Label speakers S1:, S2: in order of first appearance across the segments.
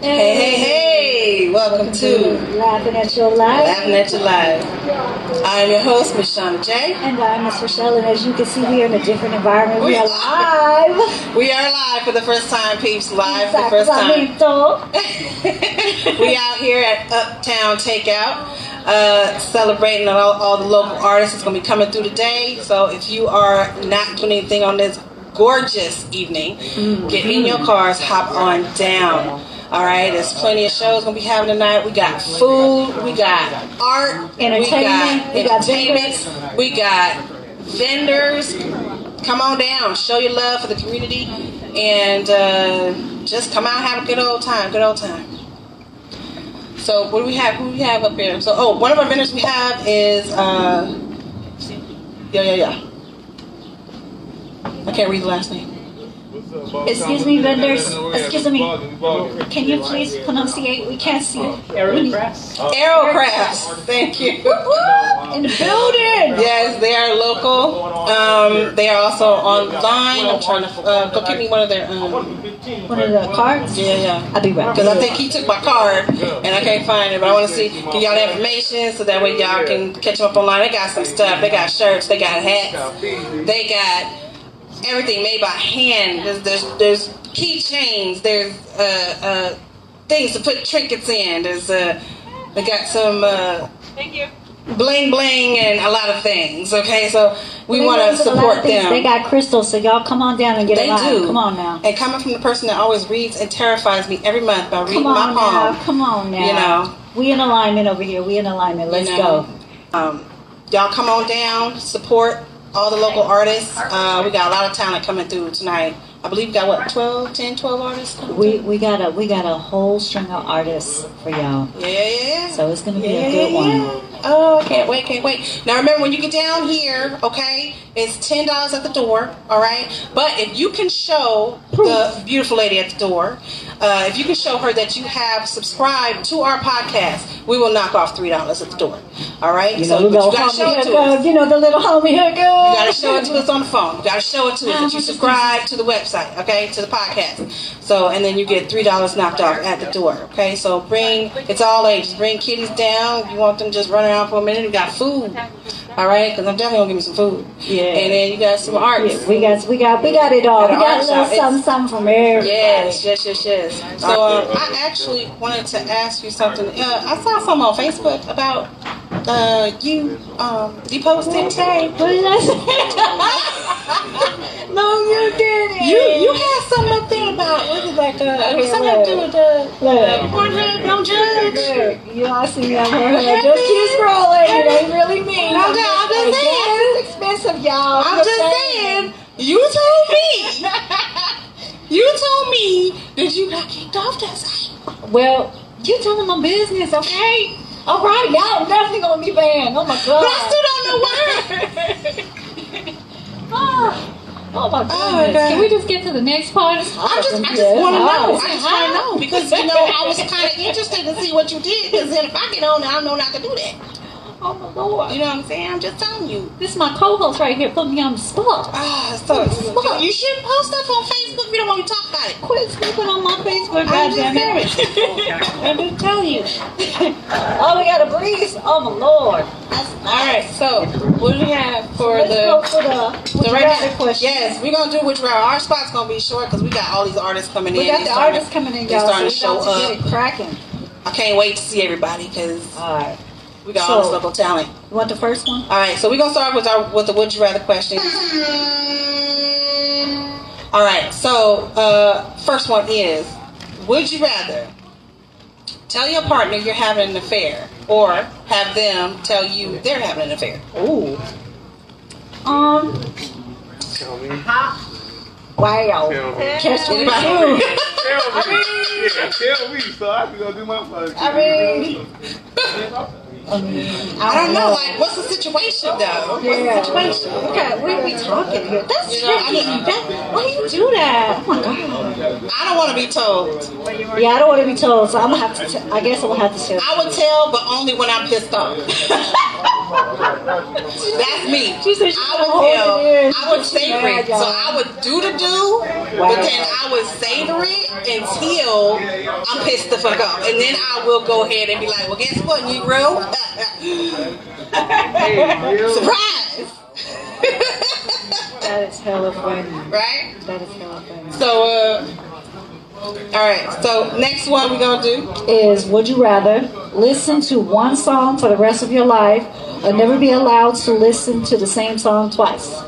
S1: Hey, hey, hey! Welcome to
S2: Laughing at Your Life.
S1: Laughing at Your Life. I am your host, Miss Shana J.
S2: And I'm Miss Rochelle, and as you can see, we are in a different environment. We
S1: We
S2: are
S1: are.
S2: live.
S1: We are live for the first time, peeps. Live for the first time.
S2: Sacramento.
S1: we out here at Uptown Takeout, uh, celebrating all, all the local artists that's going to be coming through today. So if you are not doing anything on this gorgeous evening, get in your cars, hop on down. All right, there's plenty of shows gonna be having tonight. We got food, we got art,
S2: Entertainment,
S1: we
S2: we
S1: got
S2: got
S1: entertainment, we got vendors. Come on down, show your love for the community, and uh, just come out, have a good old time. Good old time. So what do we have? Who we have up there? So oh, one of our vendors we have is uh, yeah yeah yeah. I can't read the last name.
S2: Excuse me, vendors. Excuse me. Can you please pronunciate? We can't see it. We-
S1: Arrow Crafts. Thank you.
S2: In the building.
S1: Yes, they are local. Um, they are also online. I'm trying to uh, go get me one of their. Um,
S2: One of the cards.
S1: yeah yeah.
S2: I'll be right
S1: Because
S2: back.
S1: I think he took my card and I can't find it. But I want to see, give y'all the information so that way y'all can catch them up online. They got some stuff. They got shirts. They got hats. They got everything made by hand. There's there's, there's keychains. There's uh, uh, things to put trinkets in. There's uh, they got some. Uh, Bling bling and a lot of things. Okay, so we
S2: They
S1: want to
S2: raise a lot of
S1: support
S2: things.
S1: them.
S2: They got crystals, so y'all come on down and get
S1: They
S2: a line.
S1: do.
S2: Come on now.
S1: And coming from the person that always reads and terrifies me every month by reading
S2: Come
S1: my
S2: on
S1: palm.
S2: now. Come on now.
S1: You know.
S2: We in alignment over here. We in alignment. Let's
S1: you know. Um, y'all come on down, support all the local artists. Uh, we got a lot of talent coming through tonight. I believe we got what, 12, 10, 12 artists?
S2: go.
S1: coming
S2: We
S1: through?
S2: we got a we got a whole string of artists for y'all.
S1: Yeah, yeah, yeah.
S2: So it's gonna be
S1: Yeah,
S2: a good
S1: yeah,
S2: one.
S1: yeah. Oh, can't wait, can't wait. Now remember, when you get down here, okay, it's ten dollars at the door, all right. But if you can show the beautiful lady at the door, uh, if you can show her that you have subscribed to our podcast, we will knock off three dollars at the door, all right.
S2: You
S1: so
S2: know, the
S1: but you
S2: little
S1: gotta show
S2: homie
S1: it to
S2: here
S1: us.
S2: goes. You know, the little homie here
S1: You
S2: goes.
S1: gotta show it to us on the phone. You gotta show it to us that you subscribe to the website, okay, to the podcast. So, and then you get three dollars knocked off at the door, okay? So bring it's all ages. Bring kiddies down. You want them just running around for a minute. You got food, all right? Because I'm definitely gonna give me some food.
S2: Yeah.
S1: And then you got some artists.
S2: We got, we got, we got it all.
S1: At
S2: We
S1: an
S2: got a
S1: art
S2: little
S1: shop,
S2: something, something from everybody.
S1: Yes, yes, yes, yes. So um, I actually wanted to ask you something. Uh, I saw something on Facebook about uh, you. Um, you posted today.
S2: What did I say? no, you didn't.
S1: You you had something up there about was it like uh it was something to do with the
S2: Look.
S1: Pornhub don't judge.
S2: Look, You all see me on her. Just keep scrolling. It ain't really me.
S1: I'm just- I'm just
S2: Like,
S1: saying.
S2: gas is expensive, y'all.
S1: I'm just saying. You told me. You told me that you got kicked off that site.
S2: Well, you telling my business, okay? All right, y'all definitely gonna be banned. Oh my god.
S1: But I still don't know why.
S2: Ah. Oh my goodness.
S1: my God.
S2: Can we just get to the next part?
S1: I just I just want to know. I just want to know because you know I was kind of interested to see what you did because then if I get on, I know not to do that.
S2: Oh my lord.
S1: You know what I'm saying? I'm just telling you.
S2: This is my co-host right here putting me on the spot.
S1: Ah, so you, you shouldn't post stuff on Facebook. We don't want to talk about it.
S2: Quit sleeping on my Facebook,
S1: I'm just
S2: goddammit.
S1: saying. I'm just telling you.
S2: Oh, we got a breeze. Oh my lord. That's
S1: All right, so what do we have for
S2: Let's go
S1: the
S2: for the,
S1: the
S2: the
S1: regular
S2: rapid question.
S1: Yes, we're gonna do which round. Our spot's gonna be short because we got all these artists coming
S2: We
S1: in.
S2: got
S1: They
S2: the
S1: starting-
S2: artists coming in,
S1: they
S2: y'all.
S1: starting to
S2: so we
S1: show
S2: about to
S1: up.
S2: get it cracking.
S1: I can't wait to see everybody because
S2: All right.
S1: we got all this
S2: So-
S1: local talent.
S2: You want the first one?
S1: All right, so we're gonna start with our with the would you rather question. All right, so uh, first one is: Would you rather tell your partner you're having an affair, or have them tell you they're having an affair?
S2: Ooh. Um. Wow. Catch me
S1: Anybody?
S2: too.
S3: Tell me, so I can go do my part.
S2: I mean-
S1: I don't know. Like, what's the situation though?
S2: Yeah.
S1: What's the situation?
S2: Okay, what are we talking here? That's
S1: You know, I
S2: tricky.
S1: mean-
S2: that, why do you do that? Oh my god.
S1: I don't want to be told.
S2: Yeah, I don't want to be told, so I'm gonna have to. T- I guess I'm gonna have to share.
S1: I would tell, but only when I'm pissed off. That's me.
S2: She said she
S1: I
S2: was
S1: would tell.
S2: holding it in.
S1: I would savor it.
S2: Mad, y'all.
S1: So I would do the do, but then I would savor it until I'm pissed the fuck off, and then I will go ahead and be like, well, guess what, Negro? Surprise!
S2: That is hella funny.
S1: right?
S2: That is hella funny.
S1: So, uh, all right. So next one we gonna do.
S2: Is would you rather listen to one song for the rest of your life or never be allowed to listen to the same song twice?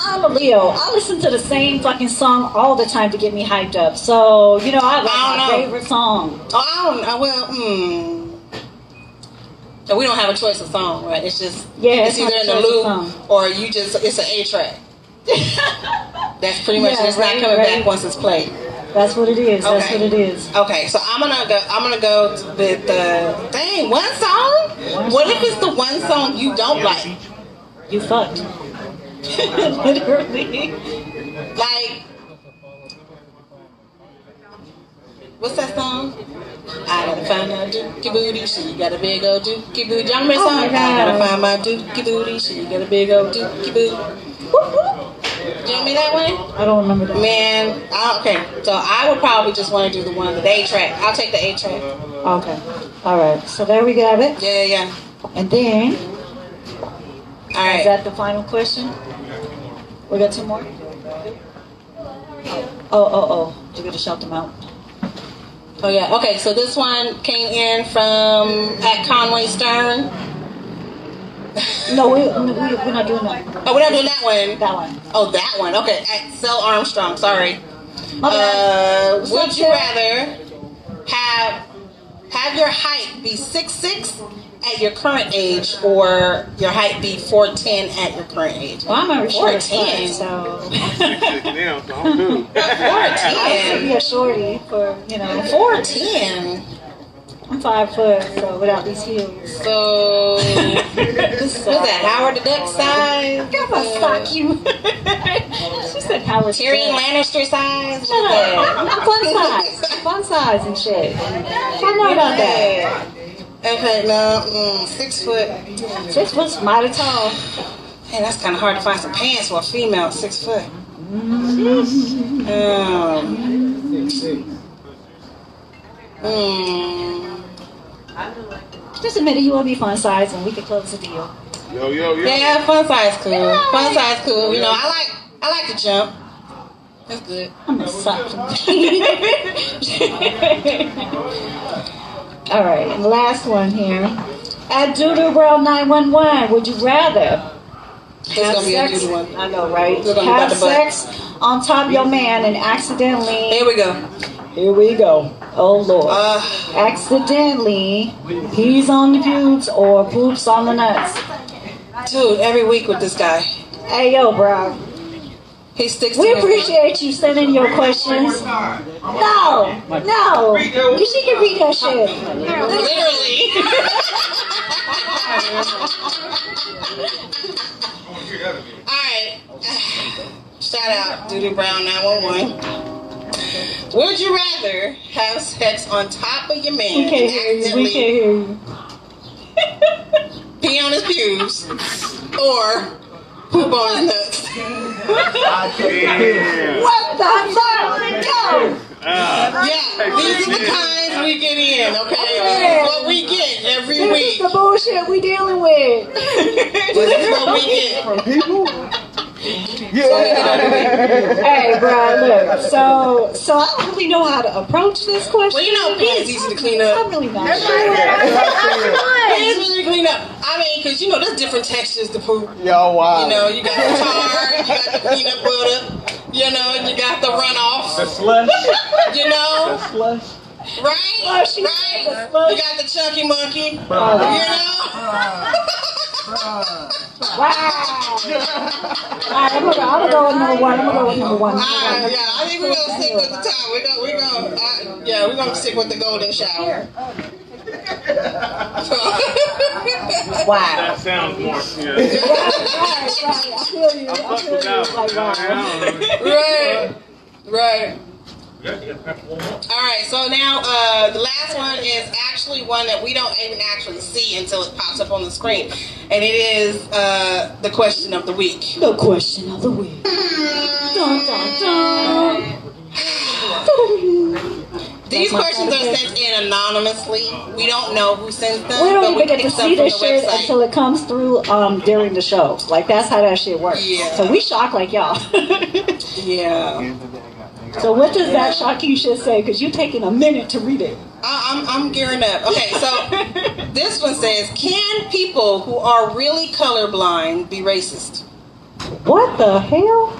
S2: I'm a Leo. I listen to the same fucking song all the time to get me hyped up. So, you know, I have like
S1: I don't
S2: my
S1: know.
S2: favorite song.
S1: Oh, I don't. I, well, hmm. And we don't have a choice of song, right? It's just
S2: Yeah,
S1: It's
S2: it's not a
S1: either in the
S2: choice of
S1: loop
S2: song.
S1: or you just it's an A track. That's pretty much.
S2: Yeah,
S1: it's not
S2: right,
S1: coming
S2: right.
S1: back once it's played.
S2: That's what it is. That's
S1: Okay.
S2: what it is.
S1: Okay, so I'm gonna go. I'm gonna go with the dang one song. What if it's the one song you don't like?
S2: You fucked. Literally.
S1: Like, what's that song? I gotta find my dookie booty. She got a big old dookie booty. Y'all remember that
S2: Oh
S1: song?
S2: my
S1: I
S2: God.
S1: gotta find my dookie booty. She got a big old dookie booty. Do you remember that one?
S2: I don't remember that.
S1: Man, I, okay. So I would probably just want to do the one the A track. I'll take the A track.
S2: Okay. All right. So there we have it.
S1: Yeah, yeah, yeah.
S2: And then,
S1: All
S2: is
S1: right.
S2: that the final question? We got two more? Oh, oh, oh. You gotta shout them out.
S1: Oh yeah. Okay. So this one came in from at Conway Stern.
S2: No, we, we, we're not doing that.
S1: Oh, we're not doing that one.
S2: That one.
S1: Oh, that one. Okay. At Cell Armstrong. Sorry.
S2: My bad.
S1: Uh, would you
S2: Something.
S1: rather have have your height be six six at your current age, or your height be four ten at your current age?
S2: Well, I'm already short as fuck,
S1: 14.
S2: so.
S3: Damn, so I'm good.
S2: I used to be
S1: Four
S2: a shorty for, you know,
S1: ten. Four ten.
S2: I'm five foot, so without these heels.
S1: So what's
S2: What's
S1: that? Howard the Duck size?
S2: I'm gonna sock you. she said, how was
S1: Tyrion
S2: that?
S1: Lannister size? What's
S2: Shut
S1: that?
S2: up. I'm fun size. Fun size and shit. I know about that.
S1: Okay, no, mm, six foot.
S2: Six foot's mighty tall.
S1: Hey, that's kind of hard to find some pants for a female six foot. Um, mm,
S2: Just admit it, you want to be fun size and we can close the deal.
S3: Yo, yo, yo.
S1: yeah, fun size cool. Fun size cool. You know, I like I like to jump. That's good.
S2: I'm gonna suck you. All right, and last one here. At Doodle World 911, would you rather
S1: It's gonna be a good one.
S2: I know, right?
S1: We're gonna go
S2: Have
S1: by the butt.
S2: sex on top of your man and accidentally.
S1: Here we go.
S2: Here we go. Oh Lord.
S1: Uh,
S2: accidentally pees on the pubes or poops on the nuts.
S1: dude, every week with this guy,
S2: Hey yo, bro.
S1: he sticks. to
S2: We
S1: his-
S2: appreciate you sending your questions. No, no. She can read that shit.
S1: Literally. All right. Shout out Doody Brown 911. Would you rather have sex on top of your man
S2: We can't hear you. We can't
S1: accidentally
S2: hear you.
S1: pee on his pubes or poop on his nuts?
S3: Yeah.
S2: What the fuck? No!
S3: Ah,
S1: Yeah, these are the kinds we get in, okay?
S2: Okay.
S1: This is what we get every
S2: This is
S1: week.
S2: the bullshit we dealing with.
S1: This is what we get.
S3: from people?
S2: Hey, bro, look. So, so I don't really know how to approach this question.
S1: Well, you know, pee is easy to clean up.
S2: I'm really not. sure.
S1: It's really clean up. I mean, because you know, there's different textures to poop.
S4: Yo, wow.
S1: You know, you got the tar, you got the peanut butter, you know, and you got the runoff,
S4: the slush,
S1: you know,
S4: slush.
S1: right?
S2: Oh, she said the slush.
S1: Right? You got the chunky monkey, you
S4: Oh.
S1: know?
S2: Wow. Alright, I'm gonna, I'm gonna go with number one. I'm gonna go with number one.
S1: Alright, Ah, yeah, I think we're gonna stick with the top. We're gonna, we're gonna, uh, yeah, we're gonna stick with the golden shower. So-
S2: Wow.
S3: That sounds more. Yeah.
S2: Right, right, right. I feel you. I feel
S3: Fuck with
S2: you. Like, wow.
S3: that one.
S1: right, right. All right, so now uh, the last one is actually one that we don't even actually see until it pops up on the screen, and it is uh, the question of the week.
S2: The question of the week. Dun, dun, dun. That's
S1: These
S2: my
S1: questions are
S2: favorite.
S1: sent in anonymously. We don't know who sends them,
S2: We
S1: but
S2: don't
S1: we
S2: even get to
S1: pick
S2: see
S1: some from the
S2: this shit
S1: website.
S2: until it comes through um, during the show. Like that's how that shit works.
S1: Yeah.
S2: So we shock like y'all.
S1: yeah,
S2: so what does that shocking shit say? Because you taking a minute to read it.
S1: I, I'm I'm gearing up. Okay, so this one says, "Can people who are really colorblind be racist?"
S2: What the hell?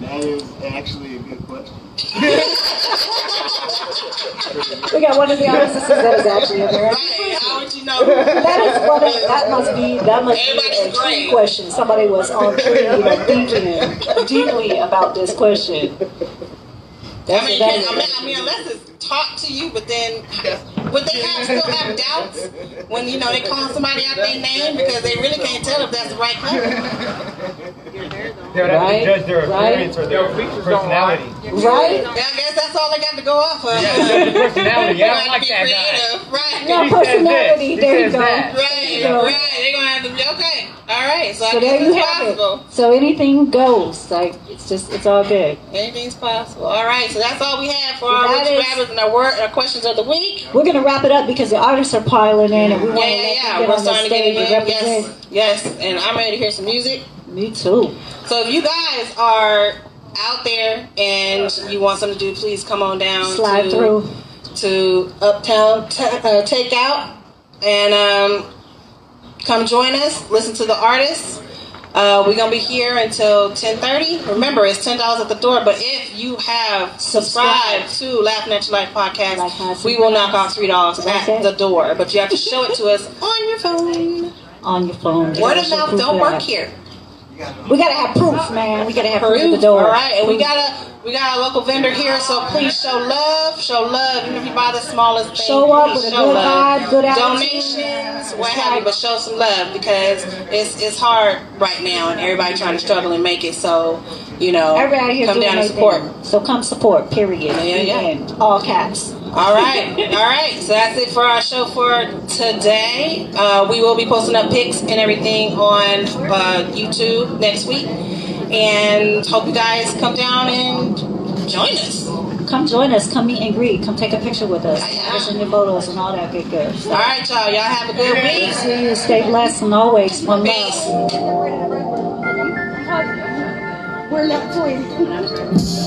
S4: That is actually a good question.
S2: We got one of the officers that is actually in there.
S1: Right? How would you know?
S2: That is one of, that must be that must be a
S1: Everybody's
S2: key
S1: great.
S2: question. Somebody was on period and thinking deeply about this question.
S1: I mean, can, I mean, I mean, unless it's taught to you, but then would they have still have doubts when you know they call somebody out their name because they really can't tell if that's the right color?
S5: They would have
S2: Right,
S5: to judge their
S2: right.
S5: appearance or their
S3: Their features don't lie.
S5: personality.
S2: right?
S1: Yeah, I guess that's all they got to go off of.
S5: Yeah, judge their personality.
S1: They're
S5: Yeah, I
S1: gonna
S5: don't
S1: have
S5: like
S1: to be
S5: that guy.
S1: creative, right?
S2: Now
S5: He says
S2: personality.
S5: this, he
S2: There you
S5: says
S2: go.
S5: that.
S1: Right,
S2: Yeah.
S1: right. They're gonna have to be okay. All right, so, I
S2: So
S1: guess
S2: there you
S1: it's
S2: have
S1: possible.
S2: it. So anything goes. Like it's just it's all good.
S1: Anything's possible. All right, so that's all we have for our
S2: That
S1: Rich
S2: is-
S1: Rabbits and our, word, our questions of the week.
S2: We're gonna wrap it up because the artists are piling in, and we want
S1: Yeah,
S2: to
S1: yeah, yeah.
S2: let you get
S1: We're
S2: on the
S1: starting to get it
S2: stage and
S1: in.
S2: represent.
S1: Yes, yes. And I'm ready to hear some music.
S2: Me too.
S1: So if you guys are out there and you want something to do, please come on down.
S2: Slide
S1: to,
S2: through.
S1: to Uptown t- uh, Takeout and um, come join us. Listen to the artists. Uh, we're gonna be here until 10:30. Remember, it's ten dollars at the door. But if you have subscribed to Laughing at Your Life podcast,
S2: Like I
S1: we will knock off three dollars
S2: Like that.
S1: at the door. But you have to show it to us on your phone.
S2: On your phone.
S1: Word of
S2: Social
S1: mouth
S2: proof
S1: don't
S2: of
S1: work
S2: that.
S1: here.
S2: We gotta have proof, man. We gotta have proof,
S1: Peru.
S2: of the door.
S1: All right, and we got a we got a local vendor here, so please show love, show love. Even if you buy the smallest thing,
S2: Show up
S1: please
S2: with a
S1: show
S2: good
S1: love.
S2: vibe, good
S1: Donations, what have you, but show some love because it's it's hard right now, and everybody trying to struggle and make it. So you know,
S2: Everybody out here
S1: Oh, come
S2: doing
S1: down and
S2: their
S1: support.
S2: thing. So come support. Period.
S1: yeah, yeah.
S2: And all caps.
S1: All right, all right. So that's it for our show for today. Uh, we will be posting up pics and everything on uh, YouTube next week, and hope you guys come down and join us.
S2: Come join us. Come meet and greet. Come take a picture with us.
S1: Yeah, yeah.
S2: Give us your photos and all that good good.
S1: All right, y'all. Y'all have a good week.
S2: See you. Stay blessed and always one love.
S1: Peace.
S2: We're left for